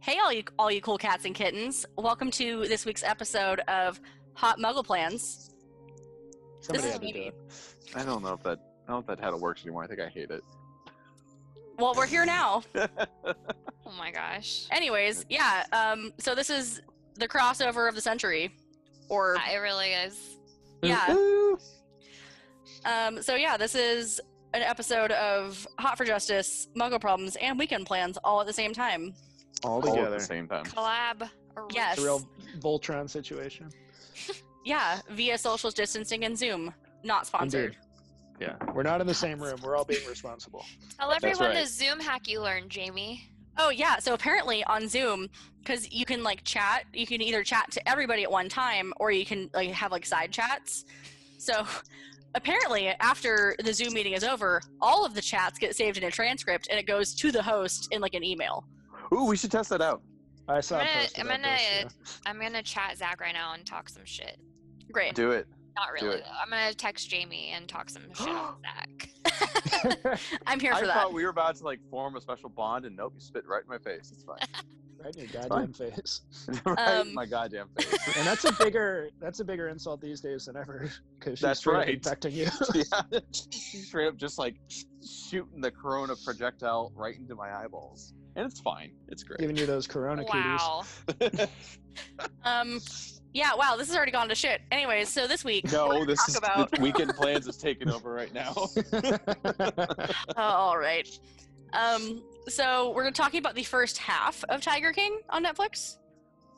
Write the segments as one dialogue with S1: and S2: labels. S1: Hey, all you all you cool cats and kittens! Welcome to this week's episode of Hot Muggle Plans.
S2: Somebody
S1: is
S2: had to do
S1: maybe-
S2: it.
S3: I don't know if that I don't know if that title works anymore. I think I hate it.
S1: Well, we're here now.
S4: Oh my gosh.
S1: Anyways, yeah. Um, so this is the crossover of the century, or
S4: It really is.
S1: yeah.
S3: Ooh.
S1: Um, so yeah, this is an episode of Hot for Justice, Muggle Problems, and Weekend Plans all at the same time.
S2: All
S3: All at
S2: together.
S3: the same time.
S4: Collab.
S1: Yes.
S2: It's a real Voltron situation.
S1: Yeah, via social distancing and Zoom. Not sponsored.
S2: Yeah. We're not in the same room. We're all being responsible.
S4: Tell
S3: That's
S4: everyone
S3: right.
S4: the Zoom hack you learned, Jamie.
S1: Oh yeah, so apparently on Zoom, because you can like chat, you can either chat to everybody at one time, or you can like have like side chats. So apparently, after the Zoom meeting is over, all of the chats get saved in a transcript, and it goes to the host in like an email.
S3: Ooh, we should test that out.
S2: I saw
S4: I'm
S2: a
S4: gonna-
S2: post
S4: I'm
S2: about
S4: gonna-
S2: this, yeah.
S4: I'm gonna chat Zach right now and talk some shit.
S1: Great.
S3: Do it.
S4: Not
S3: Do
S4: really.
S3: it.
S4: though. I'm gonna text Jamie and talk some shit on Zach.
S1: I'm here
S3: I
S1: for that.
S3: thought we were about to like form a special bond, and nope, you spit right in my face. It's fine.
S2: Right in your goddamn face.
S3: right in
S1: Um,
S3: my goddamn face.
S2: And that's a bigger that's a bigger insult these days than ever because she's
S3: That's
S2: straight up
S3: right.
S2: infecting you.
S3: yeah. Straight up, just like shooting the corona projectile right into my eyeballs, and it's fine. It's great.
S2: giving you those corona cooties.
S4: Wow.
S1: Um, yeah. Wow, this has already gone to shit. Anyways, so this week,
S3: No, this
S1: talk
S3: is
S1: about-
S3: the weekend plans is taking over right now.
S1: oh, all right. Um, so we're talking about the first half of Tiger King on Netflix.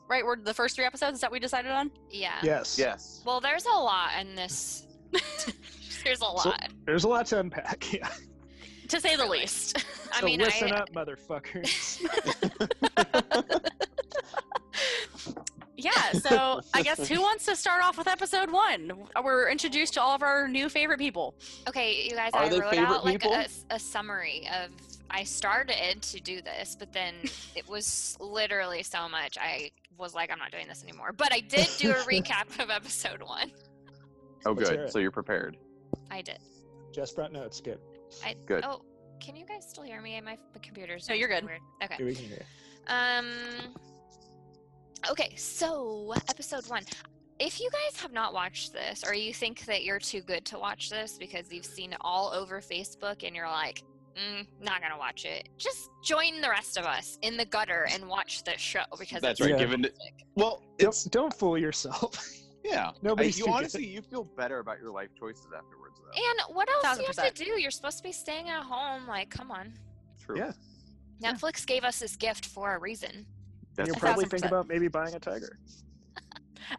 S1: Right, we're the first three episodes. Is that what we decided on?
S4: Yeah.
S2: yes.
S3: Yes.
S4: Well, there's a lot in this. there's a lot.
S2: There's a lot to unpack. Yeah.
S1: To say the
S4: Really?
S1: least.
S4: I
S2: so
S4: mean, I,
S2: listen up, motherfuckers.
S1: Yeah, so I guess who wants to start off with episode one? We're introduced to all of our new favorite people.
S4: Okay, you guys,
S3: Are
S4: I
S3: they
S4: wrote
S3: favorite
S4: out like
S3: people?
S4: a, a summary of. I started to do this, but then it was literally so much. I was like, I'm not doing this anymore. But I did do a recap of episode one.
S3: Oh,
S2: Let's hear
S3: good.
S2: it.
S3: So you're prepared.
S4: I did.
S2: Just brought notes. Good.
S4: I
S3: Good.
S4: Oh, can you guys still hear me? My f- computer's
S1: No, you're good.
S4: Weird. Okay.
S2: Here we can hear. you.
S4: Um. Okay, so episode one. If you guys have not watched this, or you think that you're too good to watch this because you've seen it all over Facebook and you're like, mm, not gonna watch it, just join the rest of us in the gutter and watch this show because
S3: That's
S4: it's
S3: right.
S2: Yeah.
S3: Given
S4: fantastic.
S3: well,
S2: Don't, don't fool yourself.
S3: yeah. I-
S2: Nobody's
S3: you
S2: too good.
S3: honestly you feel better about your life choices afterwards though.
S4: And what else do
S1: Thousand
S4: you have to do? You're supposed to be staying at home. Like, come on.
S3: True.
S2: Yeah. Yeah.
S4: Netflix gave us this gift for a reason.
S2: And
S3: That's
S2: you'll
S1: A
S2: probably
S1: thousand
S2: think
S1: percent.
S2: about maybe buying a tiger.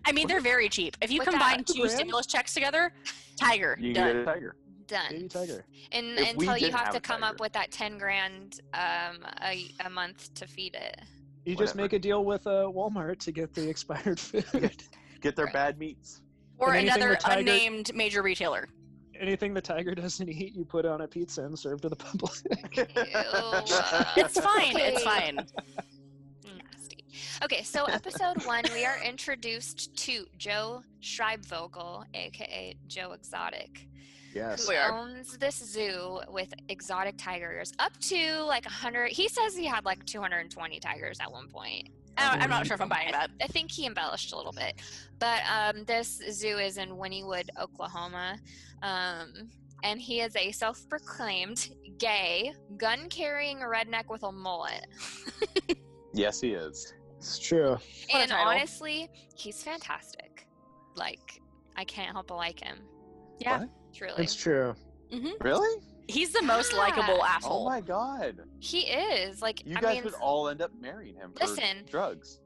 S1: I mean, they're very cheap. If you
S4: Without-
S1: combine two
S2: Grand?
S1: stimulus checks together, Tiger,
S3: You can get
S1: done.
S3: a tiger.
S4: Done.
S2: Baby tiger.
S4: And
S3: If we
S4: until you
S3: didn't
S4: have,
S3: have
S4: to
S3: a
S4: come
S3: tiger.
S4: up with that ten grand um, a a month to feed it.
S2: You just
S3: Whatever.
S2: make a deal with uh, Walmart to get the expired food.
S3: Get their
S4: Right.
S3: bad meats.
S1: Or
S2: And anything
S1: another
S2: with Tiger-
S1: unnamed major retailer.
S2: Anything the tiger doesn't eat, you put on a pizza and serve to the public.
S4: Ew.
S1: It's fine. It's
S4: Okay.
S1: fine.
S4: Nasty. Okay, so episode one, we are introduced to Joe Schreibvogel, aka Joe Exotic,
S2: yes.
S4: who
S1: We are.
S4: owns this zoo with exotic tigers up to like 100. He says he had like 220 tigers at one point.
S1: I- I'm not sure if I'm buying that.
S4: I think he embellished a little bit. But um, this zoo is in Winniewood, Oklahoma. Um, and he is a self proclaimed gay, gun carrying redneck with a mullet.
S3: Yes, he is.
S2: It's true.
S1: What a
S4: and
S1: title.
S4: honestly, he's fantastic. Like, I can't help but like him.
S1: Yeah.
S4: Truly.
S2: It's true.
S3: Really?
S1: He's the most likable
S4: Yeah.
S3: Oh
S1: asshole.
S3: my god.
S4: He is. Like,
S3: You
S4: I
S3: guys
S4: mean,
S3: would all end up marrying him for
S4: Listen.
S3: drugs.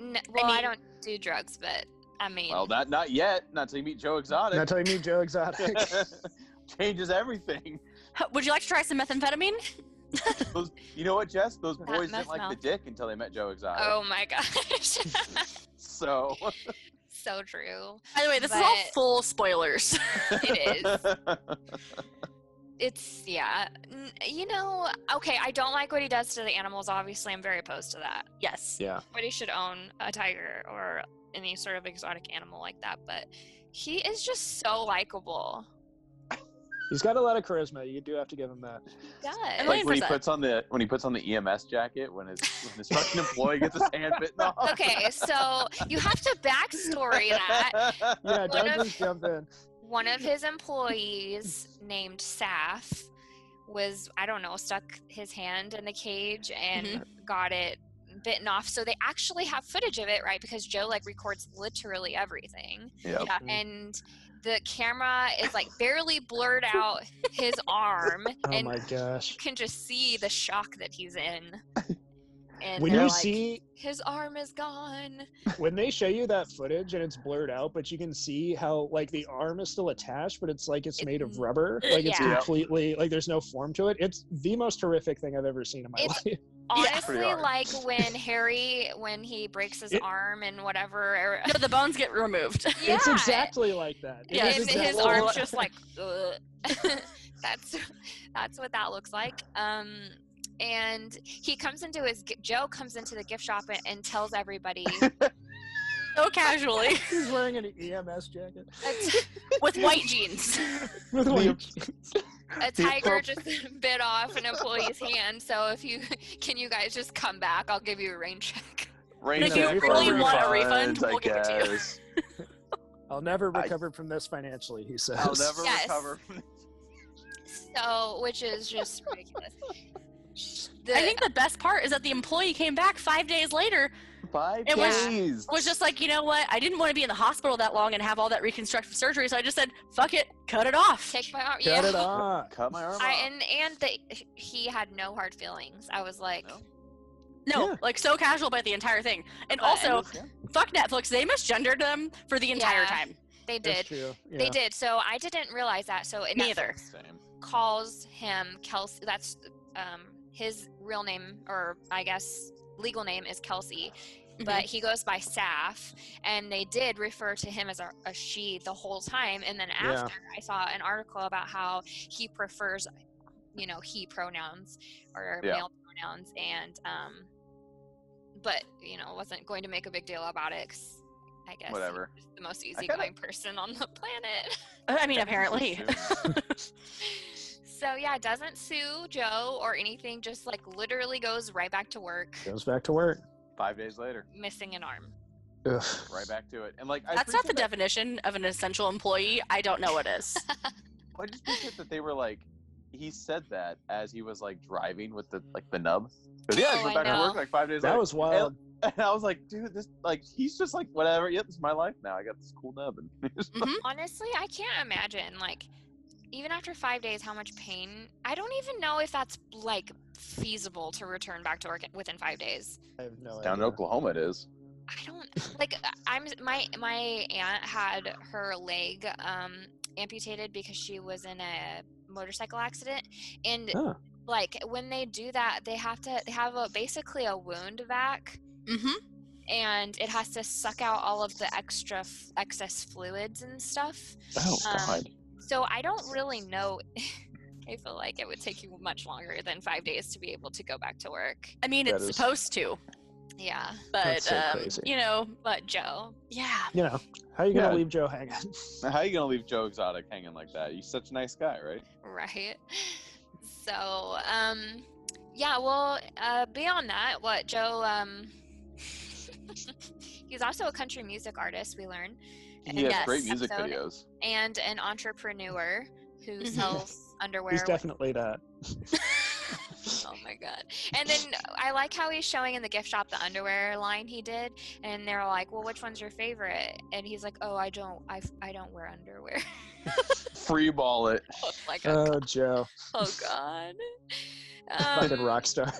S4: n- well, I,
S1: mean-
S4: don't do drugs, but I mean,
S3: Well, not not yet. Not till you meet Joe Exotic.
S2: Not telling me Joe Exotic.
S3: Changes everything.
S1: Huh, Would you like to try some methamphetamine?
S3: Those, you know what, Jess? Those
S4: That
S3: boys didn't
S4: meth
S3: like the
S4: mouth.
S3: dick until they met Joe Exotic.
S4: oh my gosh.
S3: So
S4: so true.
S1: By the way, this is all
S4: But-
S1: full spoilers.
S4: It is. it's yeah N- you know okay i don't like what he does to the animals obviously i'm very opposed to that
S1: yes.
S2: yeah.
S4: nobody should own a tiger or any sort of exotic animal like that but he is just so likable
S2: He's got a lot of charisma. You do have to give him that.
S4: Does.
S1: Like-
S3: Like when he
S1: 100%.
S3: puts on the when he puts on the EMS jacket when his when his fucking employee gets his hand bitten off.
S4: okay, so you have to backstory that.
S2: Yeah,
S4: What
S2: Doug,
S4: if-
S2: please jump in.
S4: one of his employees named Saf was I don't know stuck his hand in the cage and got it bitten off. So they actually have footage of it, right? Because Joe like records literally everything,
S3: Yeah.
S1: Yeah.
S2: Mm.
S4: and the camera is like barely blurred out his arm,
S2: Oh
S4: and
S2: my gosh.
S4: you can just see the shock that he's in. And
S2: When
S4: they're
S2: you
S4: like,
S2: see
S4: his arm is gone.
S2: when they show you that footage and it's blurred out, but you can see how like the arm is still attached, but it's like it's made of rubber. Like it's
S4: Mm-hmm. Uh, Yeah.
S2: completely like there's no form to it. It's the most horrific thing I've ever seen in my
S4: It's-
S2: life.
S1: Yeah.
S4: Honestly,
S3: Pretty hard.
S4: like when Harry, when he breaks his
S2: It-
S4: arm and whatever. or-
S1: No, the bones get removed.
S4: yeah.
S2: It's exactly like that. It
S1: Yeah,
S2: is
S4: and
S1: it's
S4: his
S2: exactly
S1: arm
S4: arm's
S2: like-
S4: just like, "Ugh." that's that's what that looks like. Um, and he comes into his gi- Joe comes into the gift shop and, and tells everybody
S1: so casually
S2: He's wearing an EMS jacket.
S4: a,
S1: with white jeans.
S2: With
S3: The-
S2: like-
S4: a tiger just bit off an employee's hand. So if you can, you guys just come back. I'll give you a rain check.
S3: Rain
S2: If you
S3: check for
S2: really want
S1: a refund,
S3: I
S1: we'll give it to you.
S3: guess.
S2: I'll never
S3: I-
S2: recover from this financially, he says.
S3: I'll never
S4: Yes.
S3: recover from this.
S4: So which is just ridiculous. The-
S1: I think the best part is that the employee came back five days later,
S3: Five
S1: It
S4: was-
S3: days.
S1: was just like, you know what? I didn't want to be in the hospital that long and have all that reconstructive surgery, so I just said, fuck it, cut it off.
S4: take my arm.
S2: Cut
S4: yeah.
S2: it off.
S3: Cut my arm
S4: I,
S3: off.
S4: and and that he had no hard feelings. I was like,
S3: No.
S1: No,
S2: Yeah.
S1: like so casual about the entire thing. And
S4: But-
S1: also,
S3: Yeah.
S1: fuck Netflix, they misgendered them for the entire
S4: Yeah.
S1: time.
S4: they
S2: That's
S4: did,
S2: true. Yeah.
S4: they did. So I didn't realize that. So it
S1: Me either.
S3: Same.
S4: calls him Kelsey. That's um, his real name, or I guess legal name is Kelsey,
S1: Mm-hmm. Uh,
S3: Mm-hmm.
S4: but he goes by Saf, and they did refer to him as a, a she the whole time. And then
S2: Yeah.
S4: after, I saw an article about how he prefers, you know, he pronouns or
S3: Yeah.
S4: male pronouns, and um, but you know, wasn't going to make a big deal about it. 'cause I guess he
S3: Whatever.
S4: was the most
S3: kinda-
S4: easygoing person on the planet.
S1: Uh, I mean, apparently.
S4: So yeah, doesn't sue Joe or anything, just like literally goes right back to work,
S2: Goes back to work.
S3: Five days later,
S4: missing an arm.
S2: Ugh.
S3: right back to it. And like, I
S1: That's not the
S3: appreciate
S1: definition of an essential employee. I don't know what is.
S3: that- I just appreciate that they were like, he said that as he was like driving with the like the nub. Because yeah,
S4: Oh,
S3: I went
S4: I
S3: back to
S4: know.
S3: work like five days
S2: That
S3: later.
S2: was wild.
S3: and I was like, dude, this like he's just like whatever. Yep, it's my life now. I got this cool nub, and
S4: Honestly, I can't imagine like even after five days how much pain. I don't even know if that's like feasible to return back to work within five days.
S2: I have no
S3: down in
S2: idea.
S3: Oklahoma it is.
S4: I don't like I'm my my aunt had her leg um amputated because she was in a motorcycle accident and
S2: Huh.
S4: like when they do that they have to they have a basically a wound vac
S1: hmm
S4: Mm-hmm. and it has to suck out all of the extra f- excess fluids and stuff.
S3: Oh
S4: Um,
S3: god.
S4: So I don't really know. I feel like it would take you much longer than five days to be able to go back to work.
S1: I mean,
S2: That
S1: it's
S2: is-
S1: supposed to,
S4: Yeah,
S1: but
S2: That's so
S1: um,
S2: crazy.
S1: you know,
S4: but Joe,
S1: yeah.
S2: You know, how are you going to
S3: Yeah.
S2: leave Joe hanging?
S3: Now, how you gonna leave Joe Exotic hanging like that? He's such a nice guy, right?
S4: right? So, um, yeah. Well, uh, beyond that, what Joe? Um, he's also a country music artist. We learn.
S3: He has great
S4: Yes.
S3: music
S4: Episode.
S3: videos.
S4: and an entrepreneur who
S1: Mhm.
S4: sells underwear.
S2: He's
S4: with-
S2: definitely that.
S4: oh my god! And then I like how he's showing in the gift shop the underwear line he did, and they're like, "Well, which one's your favorite?" And he's like, "Oh, I don't, I, f- I don't wear underwear."
S3: Free ball it.
S4: like,
S2: Oh, Joe.
S4: oh god.
S2: Fucking
S4: Um,
S2: rock star.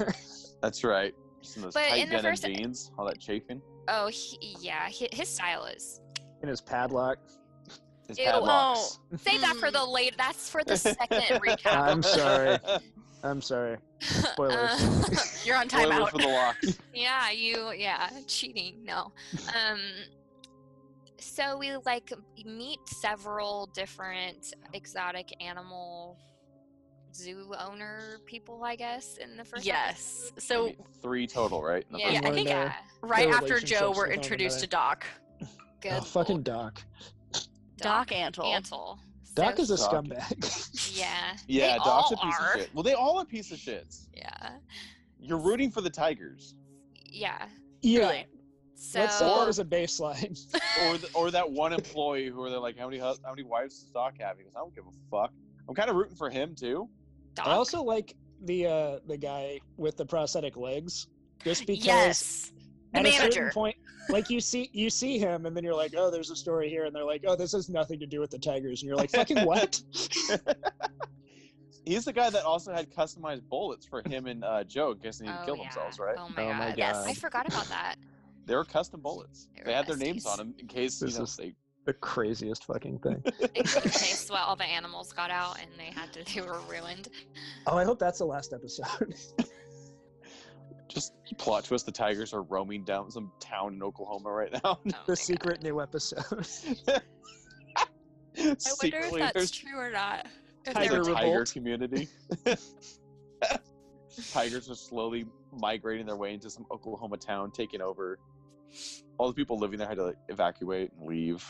S3: That's right. Just in those
S4: But
S3: tight
S4: in the
S3: denim
S4: first-
S3: jeans, all that chafing.
S4: Oh he, yeah, he, his style is.
S2: in his padlock.
S3: His
S4: Ew.
S3: padlocks.
S4: Save that for the late. That's for the second recap.
S2: I'm sorry. I'm sorry. Spoilers.
S4: Uh,
S1: You're on
S3: Spoilers for
S1: timeout.
S3: the locks.
S4: Yeah, you yeah, cheating. No. Um so we like meet several different exotic animal zoo owner people, I guess, in the first
S1: Yes. So
S3: Maybe Three total, right? in the
S1: Yeah,
S4: episode.
S1: I
S3: first
S4: Yeah,
S2: one.
S1: think
S2: Their-
S1: right
S2: their
S1: after Joe,
S2: relationships
S1: we're
S2: with one
S1: introduced
S2: another.
S1: to Doc.
S4: good
S2: Oh,
S4: lord.
S2: fucking Doc.
S1: Doc Antle.
S4: Antle. So-
S2: Doc is a
S3: Doc.
S2: scumbag.
S4: yeah.
S3: Yeah,
S4: They
S3: Doc's
S4: all
S3: a piece
S4: are.
S3: of shit. Well, they all are piece of shits.
S4: Yeah.
S3: You're rooting for the Tigers,
S4: Yeah.
S2: yeah.
S1: Really?
S4: So
S2: Let's set that as a baseline.
S3: or the, or that one employee who are they like, how many hus- how many wives does Doc have? He goes, I don't give a fuck. I'm kind of rooting for him too.
S4: Doc.
S2: I also like the uh the guy with the prosthetic legs. Just because
S1: yes. The
S2: at a certain
S1: manager.
S2: point, like you see you see him, and then you're like, oh, there's a story here, and they're like, oh, this has nothing to do with the Tigers, and you're like, fucking what?
S3: He's the guy that also had customized bullets for him and uh, Joe in case they needed to
S4: Oh,
S3: kill
S4: yeah.
S3: themselves, right?
S4: Oh my
S3: Oh my
S4: god.
S1: Yes.
S4: I forgot about that.
S3: They were custom bullets.
S4: They
S3: They,
S4: were
S3: had their names
S4: besties.
S3: on them in case you
S2: This
S3: know,
S2: is-
S3: they,
S2: the craziest fucking thing.
S4: Except in case well, all the animals got out and they had to they were ruined.
S2: oh, I hope that's the last episode.
S3: just plot twist. The Tigers are roaming down some town in Oklahoma right now.
S4: Oh my
S2: the secret new episode.
S4: God. I wonder if that's
S3: there's
S4: true or not. If there
S3: Tiger,
S2: Tiger
S4: were-
S3: tiger
S2: revolt.
S3: community. Tigers are slowly migrating their way into some Oklahoma town, taking over. All the people living there had to like, evacuate and leave.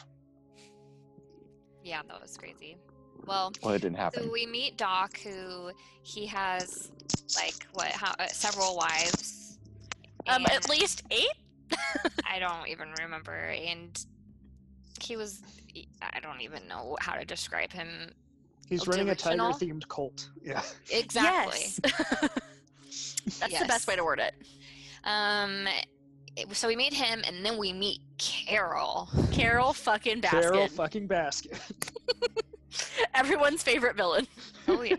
S4: yeah, that was crazy. Well,
S3: Well, it didn't happen.
S4: So we meet Doc, who he has like what how, uh, several wives.
S1: Um, at
S4: and
S1: least eight.
S4: I don't even remember, and he was e, I don't even know how to describe him Oh,
S2: He's running a tiger
S4: Delusional?
S2: themed cult. Yeah.
S4: exactly.
S1: Yes. That's the best way to word it.
S4: Um, it- so we meet him, and then we meet Carol.
S1: Carol fucking Baskin.
S2: Carol fucking basket.
S1: Everyone's favorite villain.
S4: Oh yeah.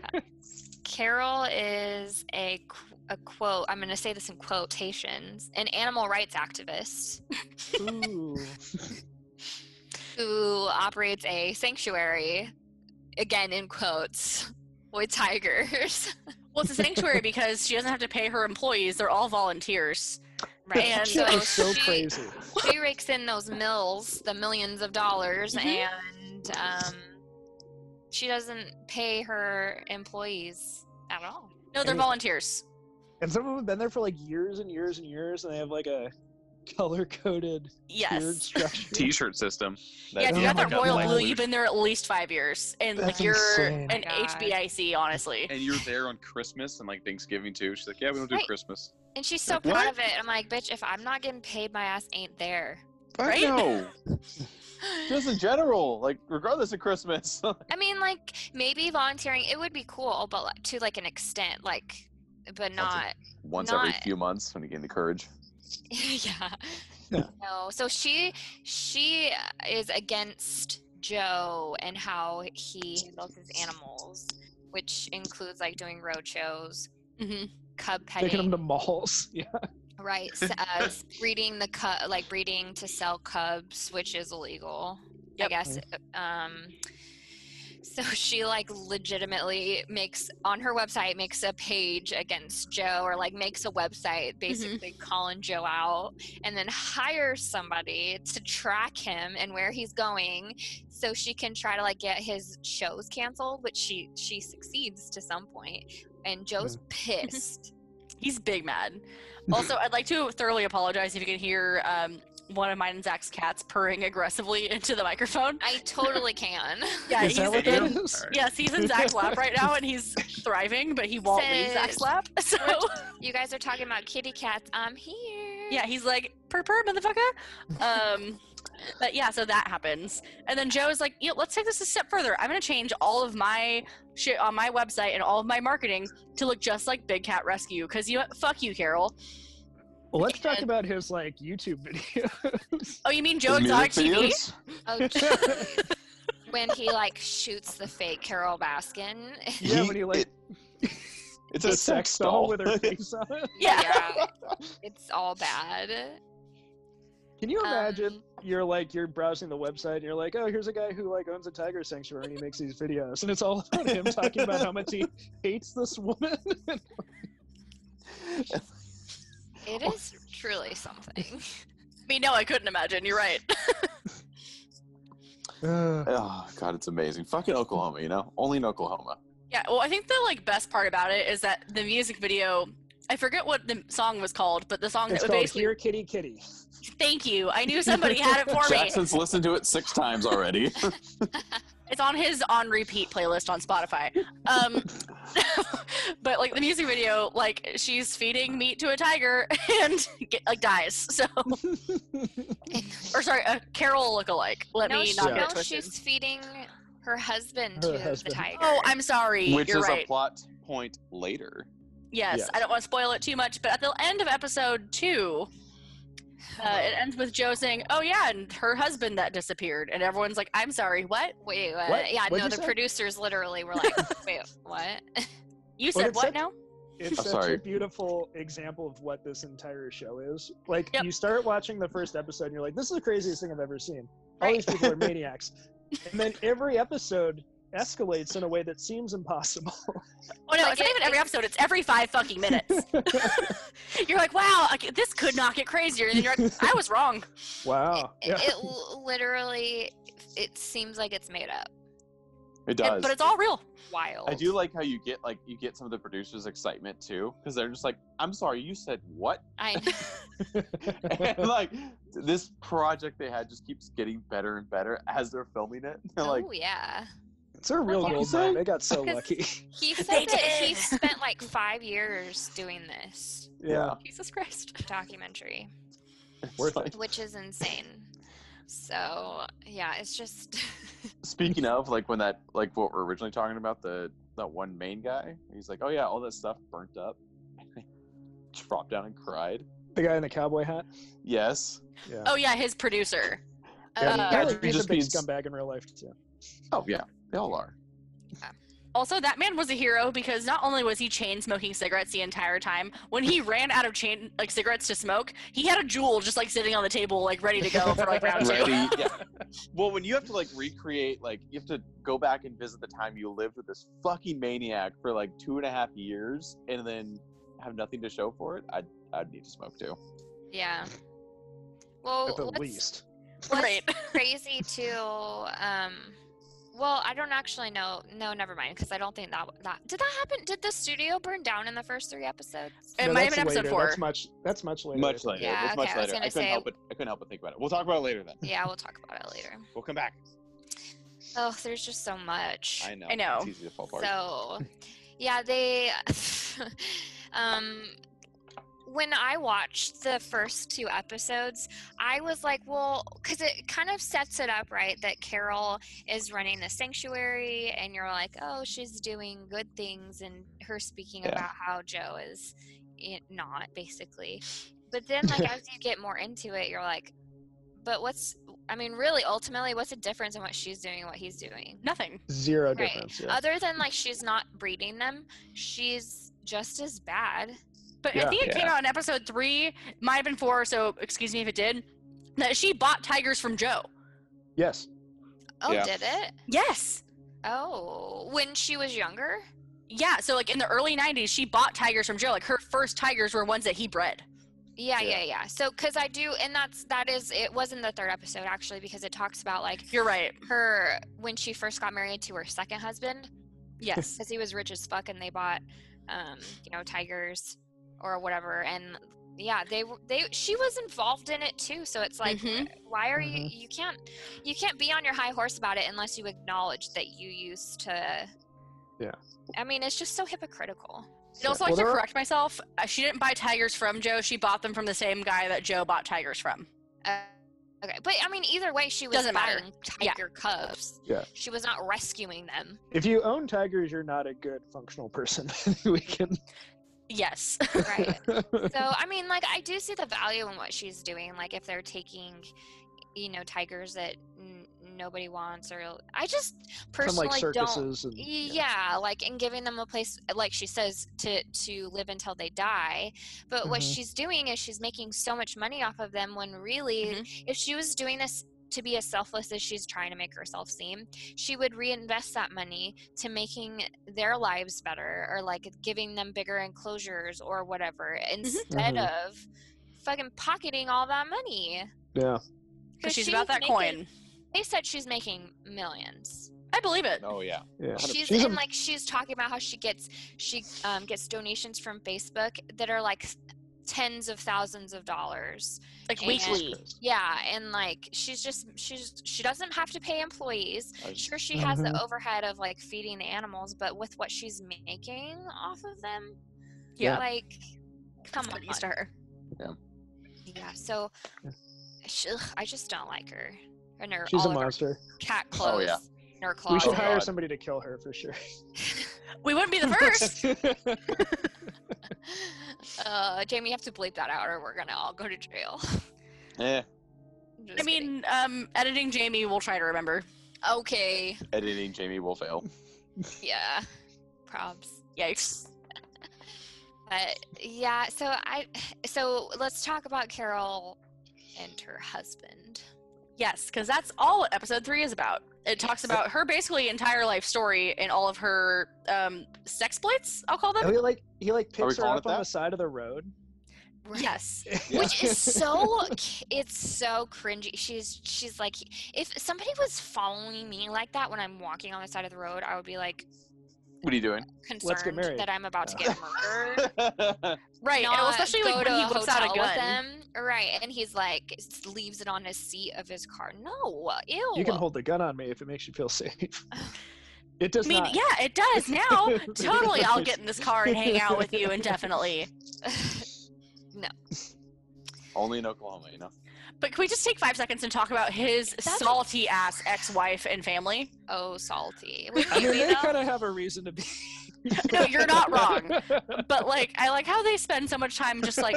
S4: Carol is a qu- a quote. I'm going to say this in quotations. An animal rights activist.
S2: Ooh.
S4: who operates a sanctuary, again in quotes, with tigers.
S1: Well, it's a sanctuary because she doesn't have to pay her employees. They're all volunteers.
S4: Right.
S1: And
S2: That shit
S1: so
S2: was so
S4: she-
S2: crazy.
S4: She rakes in those mills, the millions of dollars,
S2: Mm-hmm.
S1: Mhm.
S4: and um, she doesn't pay her employees at all.
S1: No, they're
S2: Any-
S1: volunteers.
S2: And some of them have been there for like years and years and years, and they have like a color coded tiered
S1: Yes.
S2: structure.
S3: T-shirt system.
S1: Yeah, if you got
S2: Oh
S1: that
S2: my
S1: royal
S2: God.
S1: blue, you've been there at least five years, and like
S2: That's
S1: you're
S2: insane.
S1: an
S4: Oh my God.
S1: HBIC, honestly.
S3: and you're there on Christmas and like Thanksgiving too. She's like, yeah, we don't do
S4: Right.
S3: Christmas.
S4: And she's so
S3: Like,
S4: proud
S3: what?
S4: of it. I'm like, bitch, if I'm not getting paid, my ass ain't there.
S1: Right?
S3: No, just in general, like regardless of Christmas.
S4: I mean, like maybe volunteering it would be cool, but like, to like an extent, like, but not
S3: Once every
S4: Not-
S3: few months when you gain the courage.
S4: yeah.
S2: Yeah.
S4: No. So she she uh, is against Joe and how he handles his animals, which includes like doing road shows,
S1: hmm
S4: cub
S2: Taking them
S4: petting,
S2: to malls. Yeah.
S4: right? s- Uh, s- breeding the cub, like breeding to sell cubs, which is illegal, I
S1: Yep.
S4: guess. Um, so she like legitimately makes on her website makes a page against Joe or like makes a website basically calling Joe out and then hires somebody to track him and where he's going so she can try to like get his shows canceled which she she succeeds to some point and Joe's pissed.
S1: He's big mad. Also, I'd like to thoroughly apologize if you can hear um, one of mine and Zach's cats purring aggressively into the microphone.
S4: I totally can.
S1: Yeah,
S2: is that
S1: he's
S2: what that
S1: in.
S2: is?
S1: Yes, he's in Zach's lap right now, and he's thriving, but he won't leave Zach's
S4: Says-
S1: lap. So
S4: You guys are talking about kitty cats. I'm here.
S1: yeah, he's like purr purr motherfucker. Um, but yeah, so that happens, and then Joe is like, yeah, let's take this a step further. I'm gonna change all of my shit on my website and all of my marketing to look just like Big Cat Rescue, because you fuck you, Carol.
S2: Well, let's talk about his like YouTube videos.
S1: Oh, you mean Joe
S3: The
S1: Exotic
S3: music
S1: TV?
S3: videos?
S4: Oh, geez. when he like shoots the fake Carol Baskin.
S2: Yeah,
S3: Yeet
S2: when he, like-
S3: it. it's
S2: the
S3: a sex doll.
S2: with her face on it.
S1: Yeah.
S4: it's all bad.
S2: Can you
S4: Um,
S2: imagine? you're like you're browsing the website and you're like, oh, here's a guy who like owns a tiger sanctuary and he makes these videos, and it's all about him talking about how much he hates this woman.
S4: it
S1: Oh.
S4: is truly something.
S1: I mean, no, I couldn't imagine. You're right.
S3: Oh god, it's amazing. Fucking Oklahoma, you know, only in Oklahoma.
S1: Yeah, well, I think the like best part about it is that the music video. I forget what the song was called, but the song
S2: it's
S1: that was
S2: called
S1: basically
S2: "Here, Kitty, Kitty."
S1: "Thank You." I knew somebody had it for me.
S3: Jackson's listened to it six times already.
S1: It's on his on repeat playlist on Spotify. Um, but like the music video, like she's feeding meat to a tiger and get, like dies. So, or sorry, a Carol lookalike. Let
S4: no,
S1: me
S4: she-
S1: not
S4: no,
S1: get it twisted.
S4: she's feeding her husband
S2: Her
S4: to
S2: husband.
S4: the tiger.
S1: Oh, I'm sorry.
S3: which
S1: You're
S3: is
S1: right.
S3: a plot point later.
S1: yes,
S2: Yes.
S1: I don't want to spoil it too much, but at the end of episode two, uh, it ends with Joe saying, "Oh yeah, and her husband that disappeared," and everyone's like, "I'm sorry, what?
S4: Wait, what?
S2: What?
S4: yeah,
S2: What'd
S4: no,
S2: you
S4: the
S2: say?
S4: producers literally were like, wait, what?
S1: You
S2: Well,
S1: said what
S2: it's such-
S1: now?"
S2: It's
S3: I'm
S2: such
S3: sorry.
S2: a beautiful example of what this entire show is. Like
S1: Yep.
S2: you start watching the first episode and you're like, this is the craziest thing I've ever seen. All
S1: Right.
S2: these people are maniacs. and then every episode escalates in a way that seems impossible.
S1: Oh no,
S4: Like,
S1: it's not
S4: it-
S1: even every
S4: it-
S1: episode. It's every five fucking minutes. you're like, wow, like, this could not get crazier. And you're like, I was wrong.
S2: wow.
S4: It- It l- literally, it seems like it's made up.
S3: It
S1: And-
S3: does.
S1: but it's all real.
S4: Wild.
S3: I do like how you get like you get some of the producers' excitement too, because they're just like, "I'm sorry, you said what?"
S4: I
S3: and like this project they had just keeps getting better and better as they're filming it. They're like,
S4: oh yeah.
S2: It's a real
S3: Like,
S2: gold
S3: so-
S2: mine. They got so
S4: 'Cause-
S2: lucky.
S4: He said that he
S1: did.
S4: spent like five years doing this
S2: Yeah.
S1: Jesus Christ.
S4: documentary,
S3: It's
S2: Worth
S3: like-
S4: which is insane. So yeah, it's just
S3: Speaking of like when that like what we're originally talking about the that one main guy, he's like, "Oh yeah, all that stuff burnt up." Dropped down and cried.
S2: The guy in the cowboy hat.
S3: Yes.
S2: Yeah.
S1: Oh yeah, his producer.
S2: Yeah,
S1: Uh,
S2: probably-
S4: um,
S3: Patrick
S2: he's
S3: just
S2: a big
S3: means-
S2: scumbag in real life too.
S3: Oh yeah, they all are.
S1: Also, that man was a hero because not only was he chain smoking cigarettes the entire time, when he ran out of chain like cigarettes to smoke, he had a jewel just like sitting on the table, like ready to go for like round two.
S3: ready. yeah. Well, when you have to like recreate, like you have to go back and visit the time you lived with this fucking maniac for like two and a half years, and then have nothing to show for it. I'd I'd need to smoke too.
S4: yeah. Well,
S1: Oh,
S2: At the
S4: what's-
S2: least.
S4: what's
S1: Right.
S4: crazy too. Um, well, I don't actually know. No, never mind, because I don't think that that did that happen. Did the studio burn down in the first three episodes?
S1: It
S2: No,
S1: might have
S2: that's
S1: been episode
S2: later.
S1: four.
S2: That's much. That's much later.
S3: Much later.
S4: Yeah,
S3: it's much
S4: okay, I was
S3: later. I,
S4: gonna
S3: couldn't
S4: say-
S3: help it. I couldn't help but think about it. We'll talk about it later then.
S4: Yeah, we'll talk about it later.
S3: We'll come back.
S4: Oh, there's just so much.
S3: I know.
S1: I know.
S3: It's easy to fall apart.
S4: So, yeah, they. um, when I watched the first two episodes, I was like, well, because it kind of sets it up, right? That Carol is running the sanctuary, and you're like, oh, she's doing good things, and her speaking
S3: Yeah.
S4: about how Joe is i- not, basically. But then, like, as you get more into it, you're like, but what's, I mean, really, ultimately, what's the difference in what she's doing and what he's doing?
S1: Nothing.
S2: Zero
S4: Right.
S2: difference. Yeah.
S4: other than like she's not breeding them she's just as bad
S1: But I
S2: Yeah.
S1: think it came out in episode three, might have been four, so excuse me if it did. That she bought tigers from Joe.
S2: yes.
S4: oh
S3: Yeah.
S4: did it
S1: Yes.
S4: oh when she was younger
S1: Yeah, so like in the early 90s, she bought tigers from Joe. Like her first tigers were ones that he bred.
S4: yeah
S3: Yeah.
S4: yeah yeah, so because i do and that's that is it was in the third episode actually because it talks about like
S1: You're right.
S4: her when she first got married to her second husband
S1: Yes.
S4: because he was rich as fuck and they bought um you know tigers or whatever and yeah they w- they she was involved in it too so it's like
S1: Mhm.
S4: why are
S2: Mhm.
S4: you you can't you can't be on your high horse about it unless you acknowledge that you used to
S2: Yeah.
S4: i mean it's just so hypocritical
S1: I'd also
S2: Well,
S1: like to
S2: there are-
S1: correct myself. Uh, She didn't buy tigers from Joe. She bought them from the same guy that Joe bought tigers from.
S4: uh, okay but i mean either way she was
S1: Doesn't matter.
S4: buying
S1: Yeah.
S4: tiger cubs
S2: Yeah.
S4: she was not rescuing them
S2: If you own tigers, you're not a good functional person. we can.
S1: Yes.
S4: right so i mean like i do see the value in what she's doing like if they're taking you know tigers that n- nobody wants or i just
S2: Some
S4: personally
S2: like
S4: don't
S2: circuses and.
S4: yeah like and giving them a place like she says to to live until they die but what
S2: Mhm.
S4: she's doing is she's making so much money off of them when really if she was doing this to be as selfless as she's trying to make herself seem she would reinvest that money to making their lives better or like giving them bigger enclosures or whatever instead of fucking pocketing all that money
S2: Yeah.
S1: Because she's
S4: she
S1: about
S4: was
S1: that
S4: making-
S1: coin.
S4: they said she's making millions
S1: I believe it.
S3: Oh yeah.
S2: Yeah.
S4: she's,
S2: She's a-
S4: and like she's talking about how she gets she um, gets donations from Facebook that are like tens of thousands of dollars.
S1: like
S4: And-
S1: weekly.
S4: Yeah, and like she's just she's she doesn't have to pay employees.
S3: I was-
S4: Sure, she has the
S2: Mhm.
S4: overhead of like feeding the animals, but with what she's making off of them,
S1: Yeah.
S4: like come
S1: It's
S4: on.
S1: not used to her.
S4: Yeah, so
S2: Yeah.
S4: she, ugh, I just don't like her. And her
S2: She's
S4: all
S2: a
S4: of her
S2: monster.
S4: cat clothes.
S3: Oh, yeah.
S4: and her
S2: We
S4: claws.
S2: should
S3: Oh,
S2: hire
S3: God.
S2: somebody to kill her for sure.
S1: We wouldn't be the first.
S4: uh, Jamie, you have to bleep that out, or we're gonna all go to jail.
S3: Eh,
S4: Just
S1: I
S4: kidding.
S1: mean, um, editing Jamie will try to remember.
S4: okay,
S3: editing Jamie will fail.
S4: yeah, props.
S1: Yikes.
S4: But yeah, so I, so let's talk about Carol and her husband.
S1: Yes, because that's all what episode three is about. It talks about her basically entire life story and all of her um, sex plates. I'll call
S2: And
S1: them.
S2: he like he like
S3: Are we
S2: picks her
S3: calling
S2: up
S3: it
S2: on
S3: that?
S2: the side of the road.
S1: Yes,
S3: Yeah.
S4: which is so c- it's so cringy she's she's like if somebody was following me like that when i'm walking on the side of the road i would be like
S3: What are you doing?
S4: concerned
S2: married.
S4: that i'm about to get murdered
S1: right. and
S4: Not
S1: especially like,
S4: go
S1: when
S4: to
S1: he
S4: a
S1: whips out a
S4: hotel with
S1: gun.
S4: them. right and he's like s- leaves it on his seat of his car no ew
S2: You can hold the gun on me if it makes you feel safe. It does
S1: I mean,
S2: not.
S1: yeah, it does now. totally, I'll get in this car and hang out with you indefinitely.
S3: Only in Oklahoma, you know.
S1: But can we just take five seconds and talk about his
S4: That's-
S1: salty ass ex-wife and family?
S4: oh salty
S2: I mean, they
S4: Lena?
S2: kind of have a reason to be.
S1: No, you're not wrong. But like, I like how they spend so much time just like.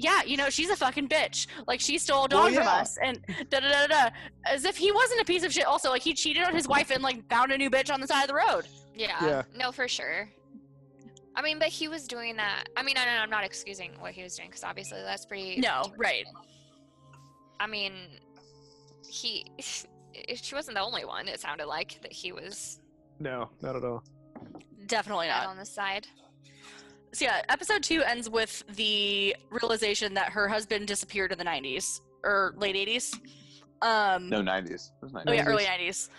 S1: Yeah, you know, she's a fucking bitch. Like, she stole a dog
S3: Well,
S1: from
S3: yeah.
S1: us and da da da da. da. As if he wasn't a piece of shit, also. Like, he cheated on his wife and, like, found a new bitch on the side of the road.
S4: yeah,
S2: Yeah.
S4: no for sure I mean, but he was doing that. I mean, I know I'm not excusing what he was doing because obviously that's pretty.
S1: No, right.
S4: I mean, he. She wasn't the only one. It sounded like that he was
S2: No, not at all.
S1: Definitely
S4: bad
S1: not.
S4: on the side.
S1: So, yeah, episode two ends with the realization that her husband disappeared in the 90s or late 80s. Um,
S3: No, 90s. It was 90s.
S1: Oh yeah, early '90s,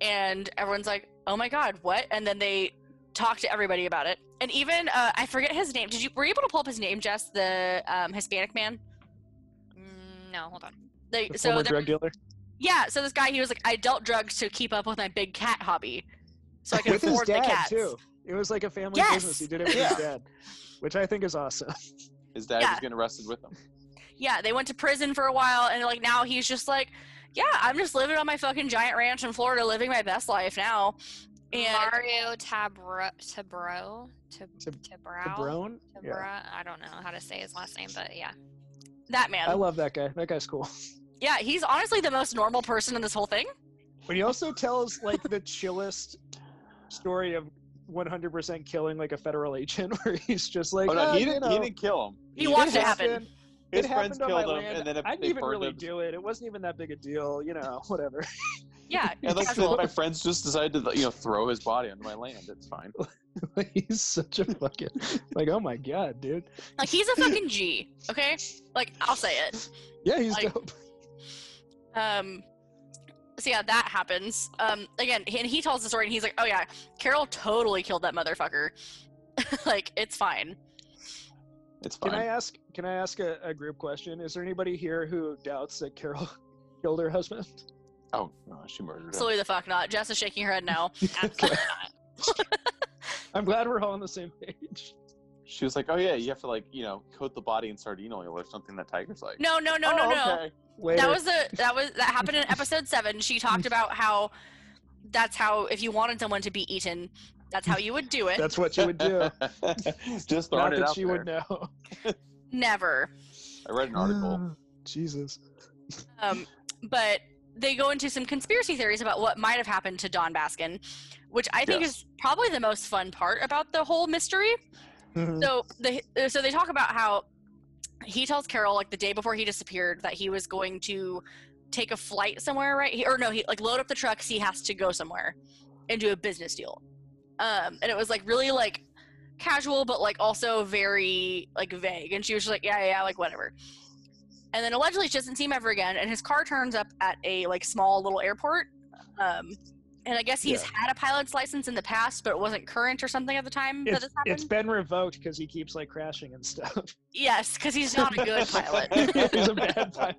S1: and everyone's like, "Oh my God, what?" And then they talk to everybody about it, and even uh, I forget his name. Did you were you able to pull up his name, Jess? The um, Hispanic man.
S4: Mm, No, hold on.
S1: They,
S2: The
S1: so
S2: former
S1: there-
S2: drug dealer
S1: yeah, so this guy he was like, "I dealt drugs to keep up with my big cat hobby, so I could
S2: with his
S1: afford the
S2: dad
S1: cats."
S2: too. It was like a family
S1: Yes!
S2: business. He did it with
S3: Yeah.
S2: his dad, which I think is awesome.
S3: His dad
S1: Yeah.
S3: was getting arrested with him.
S1: Yeah, they went to prison for a while, and like now he's just like, "Yeah, I'm just living on my fucking giant ranch in Florida, living my best life now." And
S4: Mario Tabro Tabro Tab-
S2: Tab-
S4: Tabrow
S2: Cabrone. Yeah.
S4: Tabra. I don't know how to say his last name, but yeah.
S1: that man,
S2: I love that guy. That guy's cool.
S1: yeah, he's honestly the most normal person in this whole thing.
S2: But he also tells like the chillest story of 100% killing like a federal agent, where he's just like,
S3: oh no,
S2: "Ah,
S3: he,
S2: you
S3: didn't, he
S2: know,
S3: didn't kill him.
S1: He watched it happen.
S2: happened.
S3: His
S2: it
S3: friends
S2: happened on my
S3: killed him,
S2: land.
S3: and then
S2: I didn't
S3: they
S2: even
S3: burned
S2: really
S3: him.
S2: do it. It wasn't even that big a deal, you know. Whatever.
S1: Yeah,
S3: I like that
S1: casual.
S3: my friends just decided to, you know, throw his body onto my land. It's fine.
S2: He's such a fucking like. Oh my god, dude.
S1: Like he's a fucking G, okay? Like I'll say it.
S2: Yeah, he's
S1: Like-
S2: dope.
S1: Um so yeah, that happens. Um again, he- and he tells the story and he's like, "Oh yeah, Carol totally killed that motherfucker." like it's fine.
S3: It's
S2: Can I
S3: fine.
S2: ask? Can I ask a, a group question? Is there anybody here who doubts that Carol killed her husband?
S3: Oh, no, she murdered him.
S1: Absolutely the fuck not. Jess is shaking her head now.
S4: Absolutely not.
S2: I'm glad we're all on the same page.
S3: She was like, "Oh yeah, you have to like, you know, coat the body in sardine oil or something." That tiger's like,
S1: No, no, no, no,
S3: "Oh,
S1: no.
S3: okay."
S2: Later.
S1: That was the that was that happened in episode 7. She talked about how that's how if you wanted someone to be eaten, that's how you would do it.
S2: That's what you would do.
S3: Just throwing
S2: Not
S3: it
S2: that
S3: out
S2: she
S3: there.
S2: would know.
S1: Never.
S3: I read an article.
S2: Jesus.
S1: Um, but they go into some conspiracy theories about what might have happened to Don Baskin, which I think
S3: Yes.
S1: is probably the most fun part about the whole mystery.
S2: Mm-hmm.
S1: So the uh, so they talk about how he tells Carol like the day before he disappeared that he was going to take a flight somewhere, right? He, or no, he like load up the trucks. He has to go somewhere and do a business deal. Um, and it was like really like casual, but like also very like vague. And she was just like, yeah, yeah, yeah, like whatever. And then allegedly she doesn't see him ever again. And his car turns up at a like small little airport. Um, and I guess he's had a pilot's license in the past, but it wasn't current or something at the time that
S2: It's,
S1: this happened.
S2: it's been revoked because he keeps like crashing and stuff.
S1: yes, because he's not a good pilot.
S2: He's a bad pilot,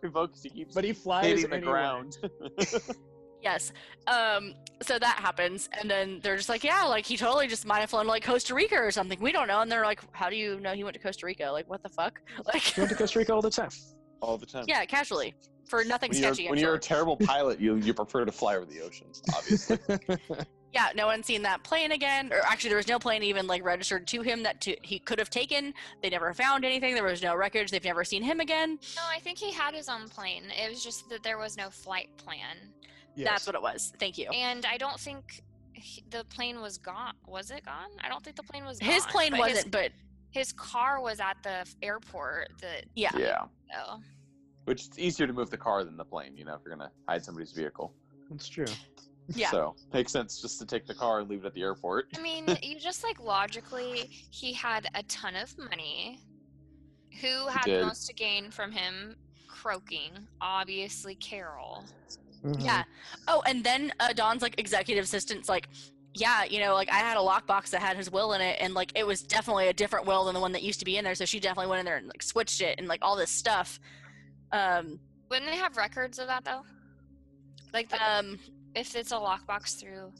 S3: Revoked. He keeps
S2: but he flies
S3: hitting the
S2: anyway.
S3: ground.
S1: Yes. Um, so that happens, and then they're just like, yeah, like he totally just might have flown to like Costa Rica or something. We don't know, and they're like, how do you know he went to Costa Rica? Like, what the fuck? Like,
S2: He went to Costa Rica all the time.
S3: all the time.
S1: yeah, casually for nothing
S3: When you're,
S1: sketchy.
S3: when you're a
S1: actually.
S3: terrible pilot, you you prefer to fly over the ocean, obviously.
S1: yeah, no one's seen that plane again, or actually, there was no plane even like registered to him that to, he could have taken. They never found anything. There was no records. They've never seen him again.
S4: No, I think he had his own plane. It was just that there was no flight plan,
S1: That's what it was. Thank you.
S4: and I don't think he- the plane was gone. Was it gone? I don't think the plane was.
S1: His
S4: gone,
S1: plane
S4: but
S1: wasn't,
S4: His,
S1: but
S4: his car was at the f- airport. That
S1: yeah.
S3: yeah.
S4: oh,
S3: Which it's easier to move the car than the plane, you know, if you're gonna hide somebody's vehicle.
S2: That's true.
S1: Yeah.
S3: So makes sense just to take the car and leave it at the airport.
S4: I mean, you just like logically, he had a ton of money. Who had the
S3: did.
S4: most to gain from him croaking? Obviously, Carol.
S1: Yeah. Oh, and then uh, Don's like executive assistant's like, yeah, you know, like I had a lockbox that had his will in it, and like it was definitely a different will than the one that used to be in there. So she definitely went in there and like switched it and like all this stuff. Um,
S4: Wouldn't they have records of that though? Like the,
S1: um,
S4: if it's a lockbox through.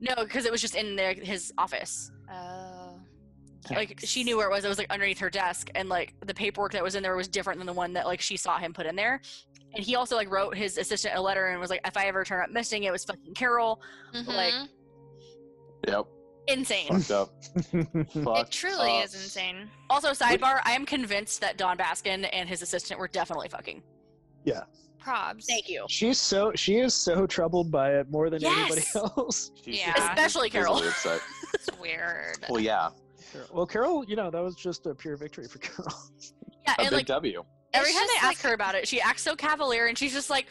S1: no, because it was just in there his office.
S4: Oh.
S1: Like she knew where it was. It was like underneath her desk, and like the paperwork that was in there was different than the one that like she saw him put in there. And he also like wrote his assistant a letter and was like, if I ever turn up missing, it was fucking Carol.
S4: Like
S1: Mhm.
S3: Yep.
S1: Insane.
S3: Fucked up.
S2: Mm-hmm.
S4: it
S3: Fucked
S4: truly
S3: up.
S4: is insane.
S1: Also, sidebar, I am convinced that Don Baskin and his assistant were definitely fucking.
S4: Probs.
S1: you.
S2: She's so she is so troubled by it more than anybody
S1: Yes!
S2: else.
S3: She's
S4: Yeah.
S3: just
S1: Especially Carol.
S3: visibly upset.
S4: It's weird.
S3: Well, yeah,
S2: Well, Carol, you know that was just a pure victory for Carol.
S1: Yeah,
S3: a
S1: and
S3: big
S1: like
S3: W.
S1: every
S4: It's
S1: time
S4: just
S1: I ask
S4: like-
S1: her about it, she acts so cavalier and she's just like,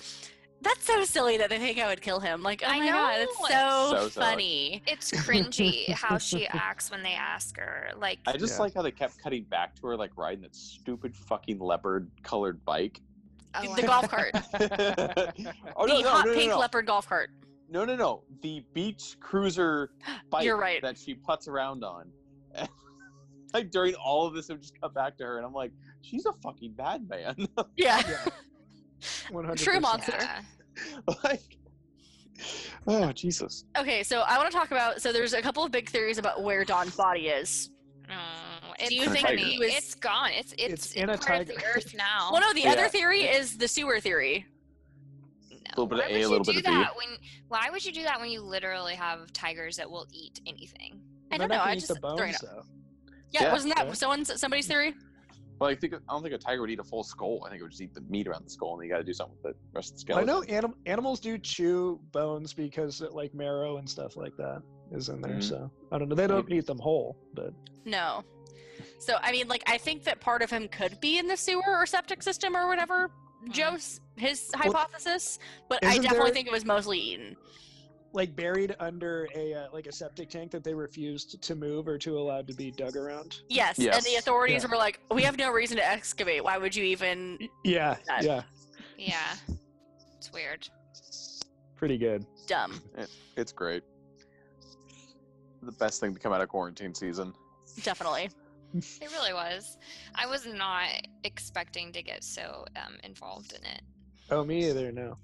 S1: that's so silly that they think I would kill him. Like, oh
S4: I
S1: my god,
S4: know,
S1: it's
S4: it's
S1: so,
S3: so silly.
S1: funny.
S4: It's cringy how she acts when they ask her. Like,
S3: I just
S2: Yeah.
S3: like how they kept cutting back to her, like riding that stupid fucking leopard-colored bike.
S4: oh,
S1: the
S4: I-
S1: golf cart.
S3: oh no,
S1: the
S3: Oh, no,
S1: hot
S3: no, no,
S1: pink
S3: no.
S1: leopard golf cart.
S3: No, no, no. The beach cruiser bike
S1: You're right.
S3: that she puts around on. like during all of this, it would just cut back to her, and I'm like, she's a fucking bad man.
S1: Yeah.
S2: Yeah. 100%.
S1: True monster.
S4: yeah.
S3: like, oh Jesus.
S1: Okay, so I want to talk about. So there's a couple of big theories about where Don's body is.
S4: Oh, it's
S1: you
S3: think
S4: funny.
S1: he was-
S4: It's gone. It's it's,
S2: It's in a
S4: part of
S2: tiger.
S4: the earth now.
S1: Well, no, the
S3: Yeah.
S1: other theory is the sewer theory.
S3: little bit of
S4: Why
S3: A,
S4: would
S3: a
S4: you
S3: little bit
S4: do
S3: of B.
S4: that When, why would you do that when you literally have tigers that will eat anything?
S1: I don't
S2: They're not
S1: know.
S2: gonna
S1: I
S2: eat
S1: just
S2: the
S1: throwing
S2: bones
S1: it up.
S2: though.
S1: Yeah,
S3: Yeah.
S1: wasn't that
S2: Yeah.
S1: someone's somebody's theory?
S3: Well, I think I don't think a tiger would eat a full skull. I think it would just eat the meat around the skull, and you got to do something with the rest of the
S2: I
S3: skeleton.
S2: know anim- animals do chew bones because like marrow and stuff like that is in there.
S3: Mhm.
S2: So I don't know. They don't
S3: Maybe.
S2: eat them whole, but
S1: No. So I mean, like I think that part of him could be in the sewer or septic system or whatever. Joe's his hypothesis, but I
S2: isn't
S1: definitely
S2: there-
S1: think it was mostly eaten.
S2: like buried under a uh, like a septic tank that they refused to move or to allow to be dug around.
S1: Yes, and the
S3: Yes.
S1: authorities
S2: Yeah.
S1: were like, "We have no reason to excavate. Why would you even?"
S2: Yeah,
S1: Nice.
S2: yeah,
S4: Yeah, it's weird.
S2: pretty good.
S1: Dumb,
S3: It's great. The best thing to come out of quarantine season.
S1: definitely.
S4: It really was. I was not expecting to get so um, involved in it.
S2: Oh, me either. No.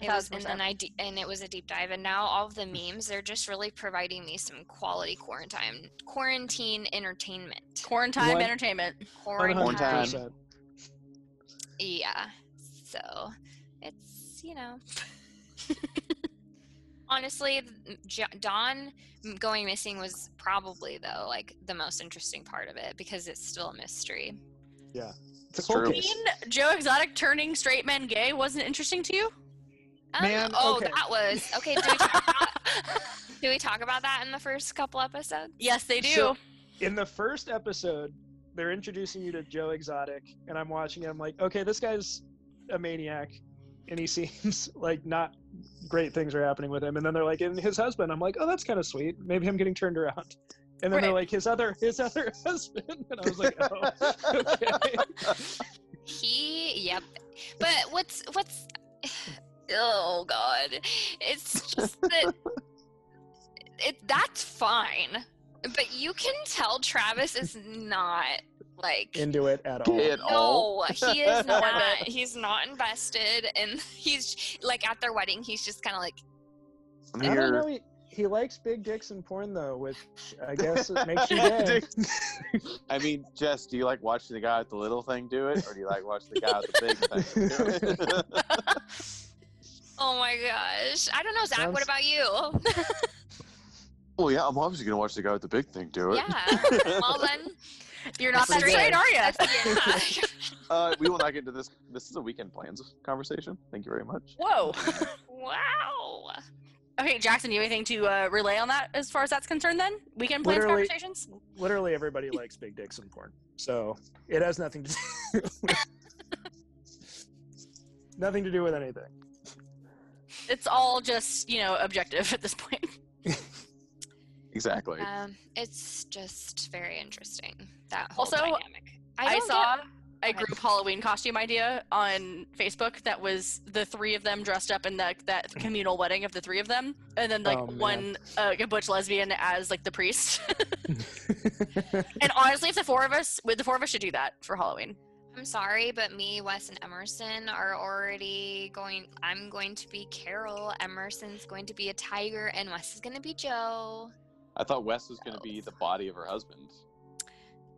S4: It was, and,
S1: 1000%.
S4: then I de- and it was a deep dive, and now all of the
S2: Mm.
S4: memes they're just really providing me some quality quarantine quarantine entertainment.
S1: Quarantine
S2: One-
S1: entertainment.
S4: Quarantine,
S2: 100%.
S4: yeah. So it's you know, honestly, th- J- Don going missing was probably though like the most interesting part of it because it's still a mystery.
S2: It's a
S3: It's
S2: cold
S3: true.
S2: case.
S1: Seeing Joe Exotic turning straight men gay wasn't interesting to you?
S4: Um,
S2: Man,
S4: oh,
S2: okay.
S4: that was okay. Did we, talk about, did we talk about that in the first couple episodes?
S1: yes, they do.
S2: So- In the first episode, they're introducing you to Joe Exotic, and I'm watching it. I'm like, okay, this guy's a maniac, and he seems like not great things are happening with him. And then they're like, and his husband. I'm like, oh, that's kind of sweet. Maybe him getting turned around. And then they're
S1: Right.
S2: like, his other, his other husband. And I was like, oh, okay.
S4: He, yep. But what's what's oh god it's just that it that's fine but you can tell travis is not like
S2: into it at all.
S3: It- at all.
S4: no, he is not. he's not invested, and he's like at their wedding. He's just kind of like,
S3: I'm
S2: I don't know.
S3: here.
S2: He, he likes big dicks and porn though, which I guess it makes you gay.
S3: I mean, Jess, do you like watching the guy with the little thing do it, or do you like watching the guy with the big thing do it?
S4: "Oh my gosh, I don't know, Zach.
S2: Sounds-
S4: What about you?"
S3: well, yeah, I'm obviously gonna watch the guy with the big thing do it.
S4: yeah. Well then,
S1: You're not that
S4: Straight.
S1: straight, are you?
S4: that's- yeah.
S3: Uh, we will not get into this. This is a weekend plans conversation. Thank you very much.
S1: Whoa.
S4: wow.
S1: Okay, Jackson, you have anything to uh, relay on that as far as that's concerned then? Weekend plans
S2: Literally-
S1: conversations?
S2: Literally everybody likes big dicks and porn, so it has nothing to do. With, nothing to do with anything.
S1: It's all just, you know, objective at this point.
S3: Exactly.
S4: Um, it's just very interesting that whole
S1: Also,
S4: dynamic.
S1: I,
S4: don't
S1: saw a
S4: ahead.
S1: group Halloween costume idea on Facebook that was the three of them dressed up in that that communal wedding of the three of them, and then like
S2: Oh, man.
S1: one uh, a butch lesbian as like the priest. and honestly, if the four of us, with the four of us, should do that for Halloween.
S4: I'm sorry, but me, Wes, and Emerson are already going. I'm going to be Carol. Emerson's going to be a tiger, and Wes is going to be Joe.
S3: I thought Wes was gonna be the body of her husband.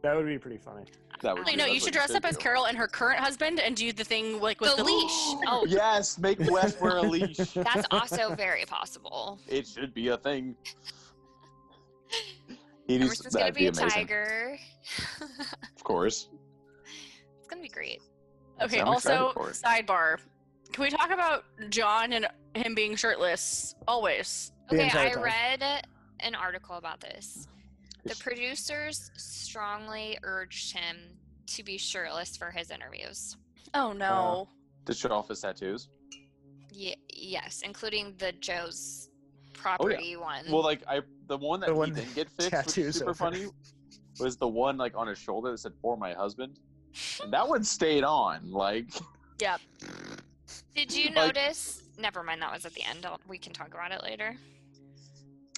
S2: That would be pretty funny.
S3: That would
S4: Wait,
S1: Actually,
S3: be-
S1: no,
S3: that's
S1: you
S3: what
S1: should dress up as
S3: do.
S1: Carol and her current husband and do the thing like with
S4: The
S1: the,
S4: leash. Oh,
S3: Yes, make Wes wear a leash.
S4: that's also very possible.
S3: It should be a thing. He needs
S4: Emerson's going
S3: that'd
S4: to be a
S3: amazing.
S4: tiger. it's
S3: Of course.
S4: going to be great.
S1: Okay.
S3: I'm excited
S1: also,
S3: for it.
S1: sidebar: Can we talk about John and him being shirtless always?
S2: The
S4: Okay,
S2: entire
S4: I
S2: time.
S4: read an article about this. The producers strongly urged him to be shirtless for his interviews.
S1: Oh no.
S3: To show off his tattoos.
S4: Ye- yes, including the Joe's
S1: Oh,
S4: property one.
S3: Well, like I, the one that
S2: The
S3: he
S2: one
S3: didn't get fixed, which
S2: tattoos
S3: is super
S2: over.
S3: funny, was the one like on his shoulder that said "for my husband," and that one stayed on. Like,
S1: Yep.
S4: Did you
S3: Like-
S4: notice? Never mind, that was at the end. I'll, we can talk about it later.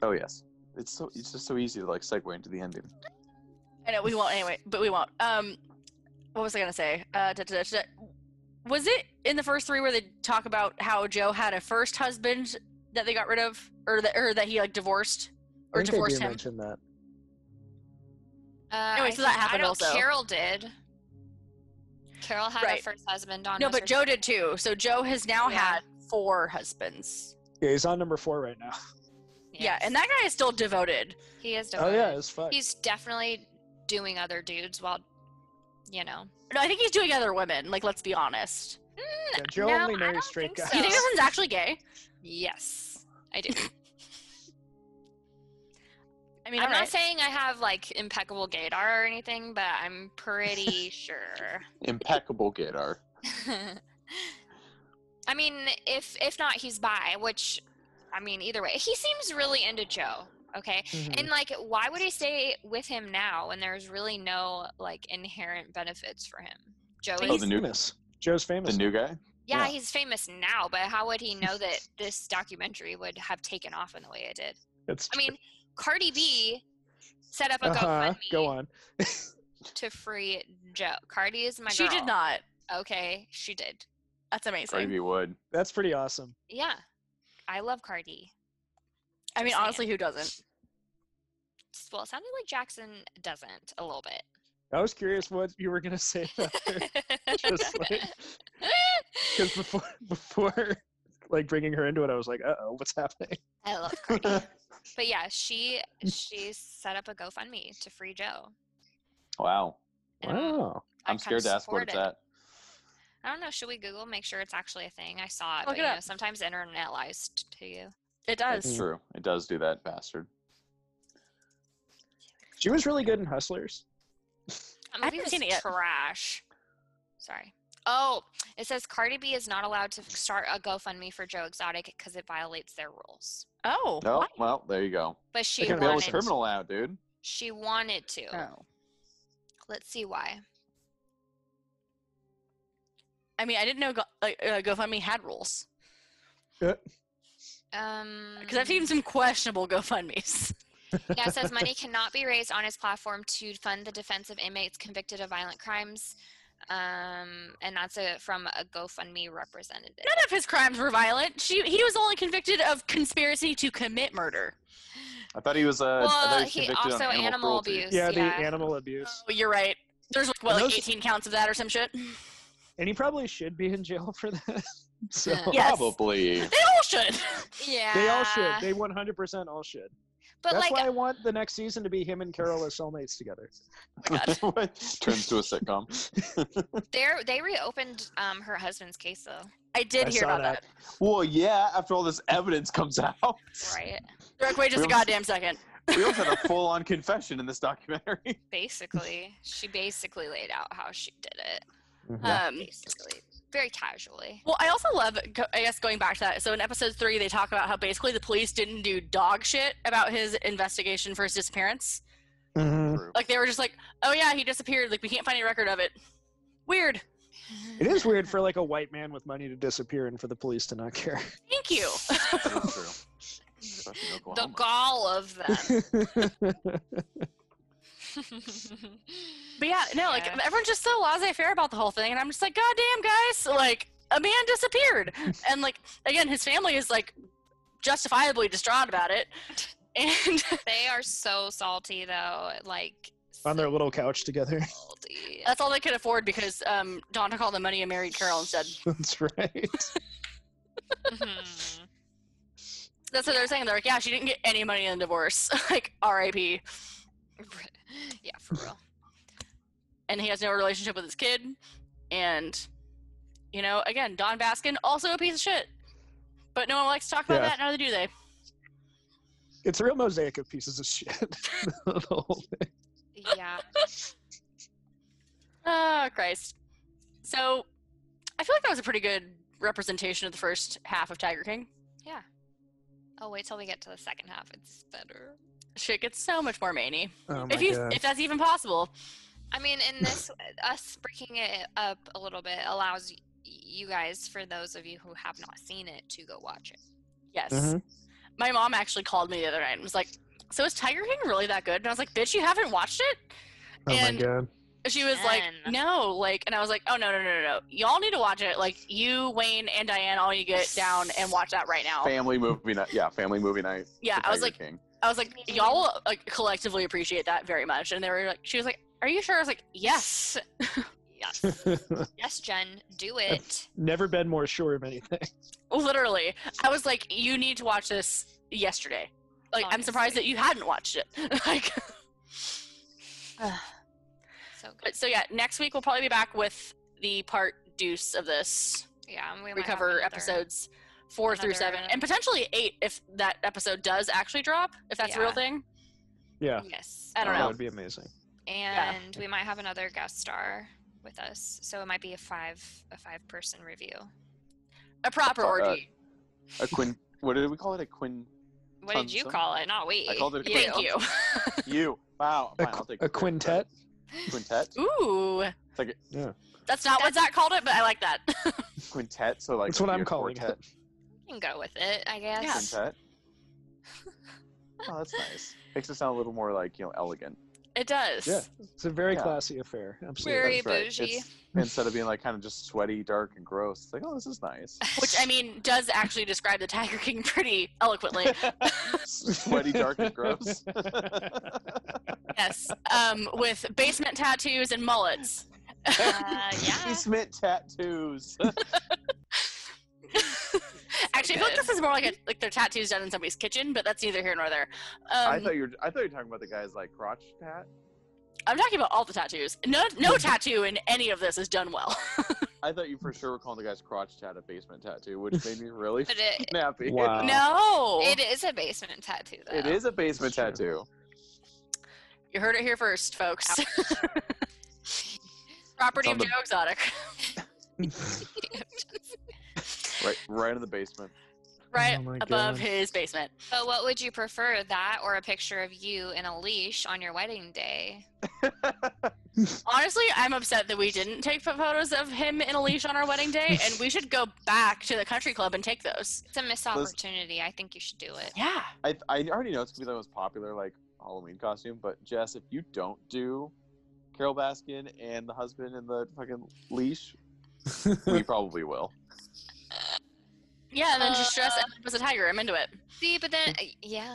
S3: oh yes, it's so it's just so easy to like segue into the ending.
S1: I know we won't anyway, but we won't. Um, what was I gonna say? Uh, da, da, da, da. was it in the first three where they talk about how Joe had a first husband that they got rid of, or that or that he like divorced or
S2: I think they
S1: divorced
S2: do
S1: him?
S2: mention that.
S4: Uh,
S1: Anyway,
S4: I
S1: so that
S4: think-
S1: happened
S4: I know
S1: also.
S4: Carol did. Carol had
S1: Right.
S4: her first husband on.
S1: No,
S4: was
S1: but
S4: her
S1: Joe did too. So Joe has now
S4: Yeah.
S1: had four husbands.
S2: Yeah, he's on number four right now.
S4: second-
S1: Yeah,
S4: yes.
S1: and that guy is still devoted.
S4: he is.
S2: Oh
S4: Devoted.
S2: yeah, it's fuck.
S4: he's definitely doing other dudes while, you know.
S1: No, I think he's doing other women. Like, let's be honest.
S2: Yeah, Joe
S4: no,
S2: only
S4: I
S2: marries
S4: don't
S2: straight
S4: think
S2: guys.
S4: so.
S1: You think this one's actually gay?
S4: Yes, I do.
S1: I mean,
S4: I'm not
S1: alright.
S4: saying I have like impeccable gaydar or anything, but I'm pretty sure.
S3: Impeccable Gator.
S4: I mean, if if not, he's bi. Which, I mean, either way, he seems really into Joe. Okay,
S2: Mhm.
S4: and like, why would he stay with him now when there's really no like inherent benefits for him? Joe
S1: Oh,
S4: is.
S3: Oh,
S2: He's
S3: the new
S2: famous. Joe's
S3: the
S2: famous.
S3: new guy.
S4: yeah,
S2: yeah.
S4: he's famous now, but how would he know that this documentary would have taken off in the way it did?
S2: It's
S4: I mean, Cardi B set up a
S2: uh-huh.
S4: GoFundMe
S2: Go on.
S4: to free Joe. Cardi is Oh my
S1: she
S4: girl.
S1: did not.
S4: Okay, she did.
S1: That's amazing.
S3: Cardi B Wood.
S2: That's pretty awesome.
S4: Yeah, I love Cardi.
S1: I mean,
S4: Just saying.
S1: honestly, who doesn't?
S4: Well, it sounded like Jackson doesn't a little bit.
S2: I was curious what you were gonna say about her. Just like because before before like bringing her into it, I was like, uh oh, what's happening?
S4: I love Cardi. but yeah, she she set up a GoFundMe to free Joe.
S3: Wow.
S4: and I'm-
S2: Wow.
S4: I
S3: I'm
S4: kinda
S3: scared to ask where
S4: support
S3: it's
S4: it.
S3: at.
S4: I don't know. Should we Google make sure it's actually a thing? I saw
S1: Look
S4: it, but
S1: it
S4: you know,
S1: up.
S4: sometimes the internet lies t- to you.
S1: It
S3: That's
S1: does.
S3: true. It does do that, bastard.
S2: She was really good in Hustlers.
S4: That
S1: I
S4: movie
S1: haven't
S4: was
S1: seen it yet.
S4: trash. Sorry. Oh, it says Cardi B is not allowed to start a GoFundMe for Joe Exotic because it violates their rules.
S2: Mm-hmm.
S1: Oh.
S3: No,
S1: why?
S3: well, there you go.
S4: But
S2: They
S4: she
S2: can
S3: You're a
S2: violate
S4: wanted,
S3: criminal now, dude.
S4: she wanted to.
S1: Oh.
S4: Let's see why.
S1: I mean, I didn't know Go- like, uh, GoFundMe had rules.
S4: Um,
S1: Because
S2: Mm-hmm.
S1: I've seen some questionable GoFundMe's.
S4: Yeah, it says money cannot be raised on his platform to fund the defense of inmates convicted of violent crimes. Um, and that's a, from a GoFundMe representative.
S1: None of his crimes were violent. She, he was only convicted of conspiracy to commit murder.
S3: I thought he was. Uh, I thought
S4: well,
S3: was
S4: he
S3: convicted on
S4: also animal,
S3: cruelty.
S4: abuse.
S2: yeah,
S4: Yeah,
S2: the animal abuse.
S1: Oh, you're right. There's like, what,
S2: And
S1: like
S2: those-
S1: 18 counts of that or some shit? They
S2: And he probably should be in jail for that. So
S1: Yeah. Yes.
S3: Probably.
S4: Oh
S1: all should.
S4: Yeah.
S2: they all should. They 100% all should.
S4: but
S2: That's
S4: like,
S2: why I want the next season to be him and Carol as soulmates together.
S3: Turns to a sitcom.
S4: uh, they're they reopened um her husband's case though,
S1: I did
S2: I
S1: hear
S2: saw
S1: about that. Uh,
S2: that.
S3: Well, yeah. After all this evidence comes out,
S4: right?
S1: Dirk, wait just a
S3: We almost-
S1: goddamn second.
S3: we almost had a full-on confession in this documentary.
S4: Basically, she basically laid out how she did it.
S2: Mm-hmm.
S1: Um,
S4: Basically, very casually.
S1: well, I also love, go- I guess, going back to that. So in episode three, they talk about how basically the police didn't do dog shit about his investigation for his disappearance.
S2: Mm-hmm.
S3: True.
S1: Like, they were just like, oh, yeah, he disappeared. Like, we can't find any record of it. Weird.
S2: It is weird for like a white man with money to disappear and for the police to not care.
S1: Thank you.
S3: That's true. Especially in
S4: the
S3: Oklahoma.
S4: gall of them.
S1: But yeah, no, like
S4: Yeah.
S1: everyone's just so laissez-faire about the whole thing, and I'm just like, God damn, guys, like a man disappeared, and like again, his family is like justifiably distraught about it, and
S4: they are so salty though, like
S2: On their little couch together.
S4: salty.
S1: that's all they could afford because um, Donna called the money and married Carol instead.
S2: That's right.
S4: Mhm.
S1: That's what they're saying. They're like, yeah, she didn't get any money in the divorce, like R.I.P.
S4: yeah, for real.
S1: And he has no relationship with his kid, and you know, again, Don Baskin also a piece of shit, but no one likes to talk about
S2: Yeah.
S1: that. Neither do they.
S2: It's a real mosaic of pieces of shit. the whole thing.
S4: Yeah.
S1: Oh, Christ. So, I feel like that was a pretty good representation of the first half of Tiger King.
S4: Oh, wait till we get to the second half. It's better.
S1: Shit gets so much more many.
S2: Oh my
S1: if you,
S2: god.
S1: if that's even possible.
S4: I mean, in this, us breaking it up a little bit allows y- you guys, for those of you who have not seen it, to go watch it.
S1: Yes.
S2: Mhm.
S1: My mom actually called me the other night and was like, "So is Tiger King really that good?" And I was like, "Bitch, you haven't watched it."
S2: Oh my
S1: and-
S2: god.
S1: And She was like,
S4: Man.
S1: "No, like," and I was like, "Oh no, no, no, no, no! Y'all need to watch it. Like, you, Wayne, and Diane all need to get down and watch that right now."
S3: Family movie night. Yeah, family movie night.
S1: Yeah,
S3: for
S1: I was
S3: Tiger
S1: like,
S3: King.
S1: I was like, "Y'all will, like collectively appreciate that very much." And they were like, "She was like, are you sure?" I was like, "Yes."
S4: Yes. yes, Jen, do it.
S2: Never been more sure of anything.
S1: Literally, I was like, "You need to watch this yesterday." Like, I'm surprised that
S4: Honestly.
S1: you hadn't watched it. like,
S4: So good.
S1: but so yeah, next week we'll probably be back with the part deuce of this
S4: Yeah, and we might have
S1: recover
S4: another-
S1: episodes four through seven,
S4: another-
S1: and potentially eight if that episode does actually drop, if that's a real
S4: Yeah.
S1: thing.
S2: Yeah.
S4: Yes.
S1: I don't
S2: That
S1: know.
S2: would be amazing.
S4: And we might have another guest star with us, so it might be a five a five person review.
S1: A proper
S3: Uh,
S1: orgy.
S3: a Quinn. What did we call it? A Quinn.
S4: What did you
S3: Tunza?
S4: call it? Not we.
S3: I called it a
S4: You.
S3: Quinn.
S1: Thank you.
S3: You. Wow.
S2: A,
S3: Fine, I'll
S2: qu-
S3: take
S2: a
S3: the credit.
S2: quintet.
S3: Quintet.
S1: Ooh.
S3: like a-
S2: Yeah.
S1: That's not what Zach called it, but I like that.
S3: Quintet. So like.
S2: That's what
S3: it'd be
S2: I'm
S3: a
S2: calling
S3: quartet.
S2: it.
S4: You can go with it, I guess.
S1: Yeah.
S3: Quintet. Oh, that's nice. Makes it sound a little more like you know elegant.
S1: It does.
S2: Yeah. It's a very
S3: Yeah.
S2: classy affair. Absolutely.
S4: Very
S3: That's right.
S4: bougie.
S3: It's- instead of being like kind of just sweaty, dark, and gross, it's like oh, this is nice.
S1: Which I mean does actually describe the Tiger King pretty eloquently.
S3: sweaty, dark, and gross.
S2: Uh,
S1: yes. Um, with basement tattoos and mullets.
S4: Uh, yeah.
S3: Basement tattoos.
S1: Actually, I feel like this is more like a, like their tattoos done in somebody's kitchen, but that's neither here nor there.
S3: I
S1: Um,
S3: thought you were. I thought you were talking about the guys like crotch tat.
S1: I'm talking about all the tattoos. No, no tattoo in any of this is done well.
S3: I thought you for sure were calling the guys crotch tat a basement tattoo, which made me really
S4: But it,
S3: snappy.
S2: Wow.
S1: No,
S4: it is a basement tattoo, though.
S3: It is a basement
S2: Sure.
S3: tattoo.
S1: you heard it here first, folks. Property
S3: It's on
S1: of
S3: the-
S1: Joe Exotic,
S3: Right, right in the basement. Oh
S1: right
S2: my
S1: above
S2: God.
S1: his basement.
S4: But what would you prefer, that or a picture of you in a leash on your wedding day?
S1: Honestly, I'm upset that we didn't take p- photos of him in a leash on our wedding day, and we should go back to the country club and take those.
S4: It's a missed opportunity. I think you should do it.
S1: Yeah.
S3: I, I already know it's gonna be the most popular like Halloween costume, but Jess, if you don't do Carol Baskin and the husband and the fucking leash, we probably will.
S1: Yeah, and then just dress up as a tiger. I'm into it.
S4: See, but then, uh, yeah,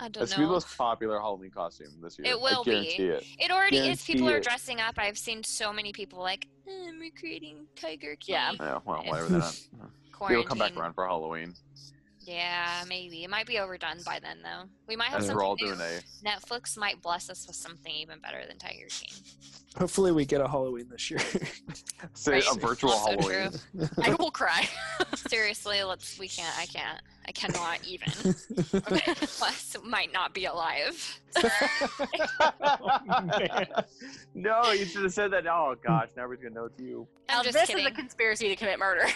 S4: I don't
S3: It's gonna be the
S4: know.
S3: most popular Halloween costume this year.
S4: It will
S3: I
S4: be.
S3: guarantee it.
S4: It already is. People
S3: guarantee
S4: are
S3: it.
S4: dressing up. I've seen so many people like, "Eh, I'm recreating Tiger King.
S1: Yeah.
S3: Yeah, well, whatever. They're not.
S4: Quarantine.
S3: It'll come back around for Halloween.
S4: Yeah, maybe. It might be overdone by then, though. We might have
S3: As
S4: something
S3: we're all
S4: new.
S3: doing a
S4: Netflix might bless us with something even better than Tiger King.
S2: Hopefully, we get a Halloween this year.
S3: say,
S4: Right.
S3: a virtual
S4: Also true.
S3: Halloween.
S1: I will cry.
S4: Seriously, let's. We can't. I can't. I cannot even. Plus, might not be alive. Oh,
S2: man.
S3: no, you should have said that. Oh gosh, now everybody's gonna know it's you.
S4: I'm
S1: Now,
S4: just
S1: this
S4: kidding.
S1: is a conspiracy to commit murder.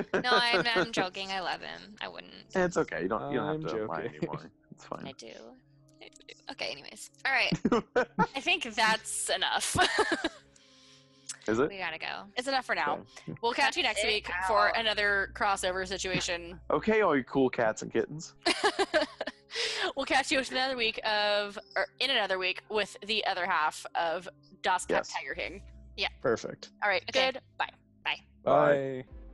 S4: no, I'm, I'm joking. I love him. I wouldn't.
S3: It's okay. You don't. You don't
S2: I'm
S3: have to lie
S2: joking.
S3: anymore. It's
S4: I
S3: fine.
S4: do. I do. Okay. Anyways, all right.
S1: I think that's enough.
S3: Is it
S4: We gotta go.
S1: it's enough for now. We'll catch you next
S4: That's it
S1: week
S4: now.
S1: for another crossover situation.
S3: okay? All you cool cats and kittens.
S1: we'll catch you with another week of, or in another week with the other half of Das Cat
S3: Yes.
S1: Tiger King.
S2: Perfect.
S1: All right.
S4: Okay.
S1: Good. Bye.
S2: Bye.